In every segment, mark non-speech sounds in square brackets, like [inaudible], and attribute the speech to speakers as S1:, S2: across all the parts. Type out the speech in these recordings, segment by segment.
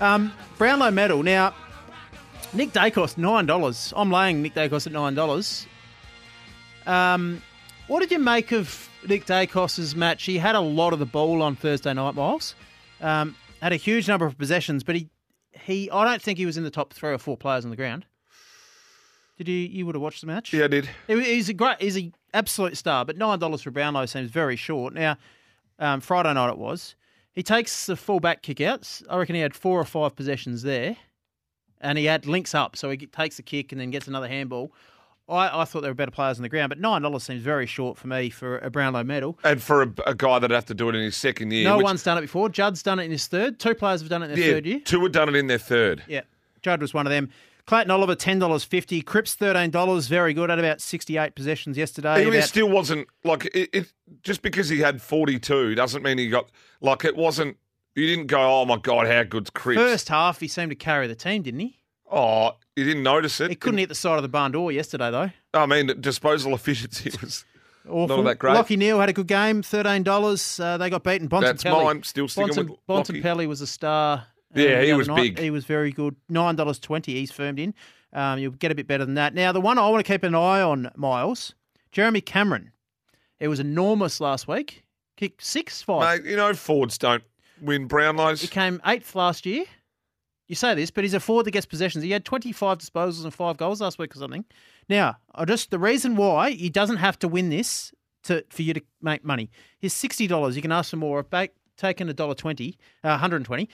S1: Um, Brownlow medal. Now, Nick Dacos, $9. I'm laying Nick Dacos at $9. Um, what did you make of Nick Dacos's match? He had a lot of the ball on Thursday night, Miles. Um, had a huge number of possessions, but he, he I don't think he was in the top three or four players on the ground. Did you you would have watched the match?
S2: Yeah, I did.
S1: He- He's a great, he's an absolute star, but nine dollars for Brownlow seems very short. Now, um, Friday night it was. He takes the full back kickouts. I reckon he had four or five possessions there, and he had links up, so he g- takes the kick and then gets another handball. I, I thought there were better players on the ground, but nine dollars seems very short for me for a Brownlow medal.
S2: And for a, a guy that'd have to do it in his second year.
S1: No
S2: which-
S1: one's done it before. Judd's done it in his third. Two players have done it in their
S2: yeah,
S1: third year.
S2: Two had done it in their third.
S1: Yeah, Judd was one of them. Clayton Oliver, ten dollars fifty. Cripps, thirteen dollars. Very good. Had about sixty-eight possessions yesterday.
S2: He
S1: about-
S2: still wasn't like it, it. Just because he had forty-two doesn't mean he got like it wasn't. You didn't go, oh my god, how good's Chris?
S1: First half, he seemed to carry the team, didn't he?
S2: Oh, you didn't notice it.
S1: He couldn't hit the side of the barn door yesterday, though.
S2: I mean, disposal efficiency
S1: [laughs]
S2: was.
S1: Awful.
S2: that great.
S1: Lockie Neal had a good game, thirteen dollars. Uh, they got beaten. Bonton
S2: That's
S1: Pelly.
S2: mine. Still sticking
S1: Bonton,
S2: with
S1: Bonton
S2: Lockie.
S1: Pelly was a star. uh,
S2: Yeah,
S1: the
S2: he
S1: other
S2: was
S1: night.
S2: big.
S1: He was very good. Nine dollars twenty. He's firmed in. Um, you'll get a bit better than that. Now, the one I want to keep an eye on, Miles, Jeremy Cameron. It was enormous last week. Kicked six five.
S2: Mate, you know Fords don't win
S1: He
S2: Brownlows.
S1: came eighth last year. You say this, but he's a forward that gets possessions. He had 25 disposals and five goals last week or something. Now, I just the reason why he doesn't have to win this to for you to make money. His sixty dollars. You can ask for more. Back taken a dollar twenty, uh, hundred and twenty.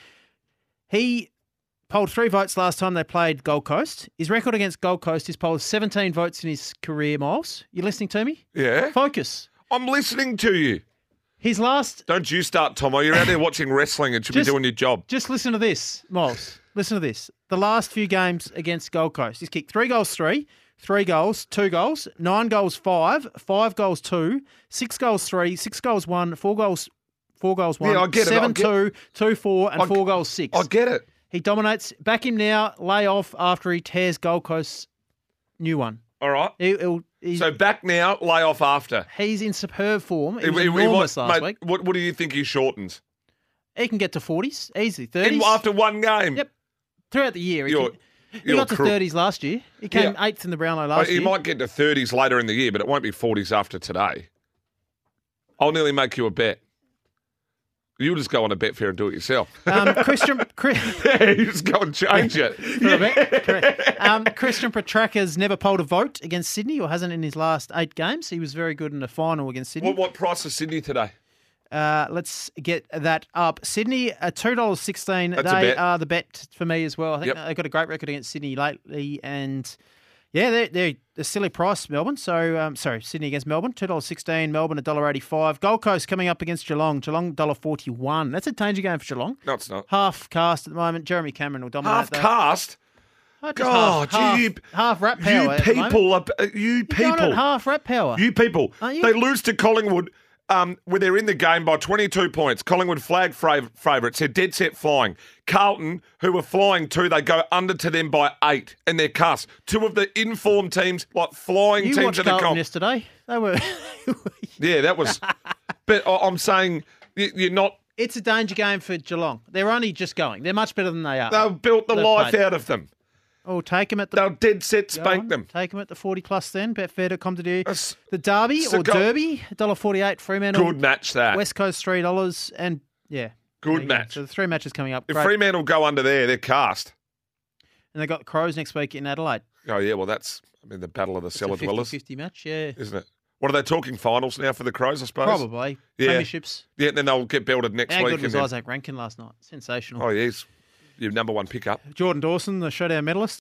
S1: He polled three votes last time they played Gold Coast. His record against Gold Coast is polled 17 votes in his career. Miles, you listening to me?
S2: Yeah,
S1: Focus.
S2: I'm listening to you.
S1: His last
S2: Don't you start, Tomo. You're out there watching wrestling and should
S1: Just-
S2: be doing your job.
S1: Just listen to this, Miles. Listen to this. The last few games against Gold Coast, he's kicked three goals, three, three goals, two goals, nine goals, five, five goals, two, six goals, three, six goals, one, four goals, four goals, one,
S2: Yeah, I get it. I
S1: seven,
S2: get-
S1: two, two, four, and
S2: I-
S1: four goals, six.
S2: I get it.
S1: He dominates. Back him now. Lay off after he tears Gold Coast's new one.
S2: All right.
S1: He, will he's,
S2: So back now, lay off after.
S1: he's in superb form. He
S2: He-
S1: was
S2: he- he
S1: enormous
S2: wa-
S1: last
S2: mate,
S1: week.
S2: What, what do you think he shortens?
S1: He can get to forties easy,
S2: In,
S1: thirties
S2: after one game.
S1: Yep. throughout the year. He
S2: You're,
S1: can- He
S2: you're
S1: got to
S2: crook.
S1: thirties last year. He came
S2: Yeah.
S1: eighth in the Brownlow
S2: But
S1: last
S2: He
S1: year.
S2: might get to 30s later in the year, but it won't be 40s after today. I'll nearly make you a bet. You'll just go on a Betfair and do it yourself. [laughs]
S1: Um, Christian Chris, [laughs]
S2: you just go and change it.
S1: correct. Um, Christian Petraka's never polled a vote against Sydney, or hasn't in his last eight games. He was very good in the final against Sydney.
S2: What, what price is Sydney today?
S1: Uh, let's get that up. Sydney, uh, two dollars sixteen.
S2: That's a
S1: they
S2: bet.
S1: are the bet for me as well. I think
S2: Yep.
S1: they've got a great record against Sydney lately, and yeah, they're, they're a silly price. Melbourne, so um, sorry, Sydney against Melbourne, two dollars sixteen. Melbourne, a dollar eighty-five. Gold Coast coming up against Geelong. Geelong, dollar forty-one. That's a danger game for Geelong.
S2: No, it's not.
S1: Half cast at the moment. Jeremy Cameron will dominate.
S2: Half
S1: that.
S2: cast?
S1: Oh, just
S2: God,
S1: half,
S2: you-
S1: half, half rap power.
S2: You
S1: at the moment.
S2: people, are, you
S1: Going at
S2: people,
S1: half rap power.
S2: [laughs] you people.
S1: Aren't you?
S2: They lose to Collingwood um, where they're in the game by 22 points. Collingwood flag fav- favourites. They're dead set flying. Carlton, who were flying too, they go under to them by eight, and they're cast. Two of the informed teams, like flying
S1: you
S2: teams
S1: watched
S2: in the
S1: Carlton
S2: comp.
S1: yesterday. They were. [laughs]
S2: Yeah, that was. but I- I'm saying you- you're not.
S1: It's a danger game for Geelong. They're only just going. They're much better than they are.
S2: They've built the
S1: They've
S2: life
S1: played.
S2: out of them.
S1: Oh, take them at the
S2: They'll dead set
S1: go
S2: spank
S1: on,
S2: them.
S1: Take them at the forty plus. Then betfair.com to do
S2: That's-
S1: the derby
S2: it's a
S1: or
S2: go-
S1: derby. Dollar forty-eight. Fremantle.
S2: Good match that.
S1: West Coast three dollars and yeah. There
S2: Good
S1: you go.
S2: match.
S1: So the three matches coming up.
S2: If
S1: Great.
S2: Fremantle go under there, they're cast.
S1: and they got Crows next week in Adelaide.
S2: Oh yeah, well that's I mean the battle of the
S1: It's a
S2: cellar dwellers,
S1: 50-50 match. Yeah,
S2: isn't it? What are they talking finals now for the Crows? I suppose.
S1: probably.
S2: Yeah.
S1: Premierships.
S2: Yeah, then they'll get belted next
S1: How
S2: week.
S1: good
S2: and
S1: was
S2: then-
S1: Isaac Rankin last night? Sensational.
S2: Oh yeah, he's your number one pickup.
S1: Jordan Oh, Dawson, the showdown medalist,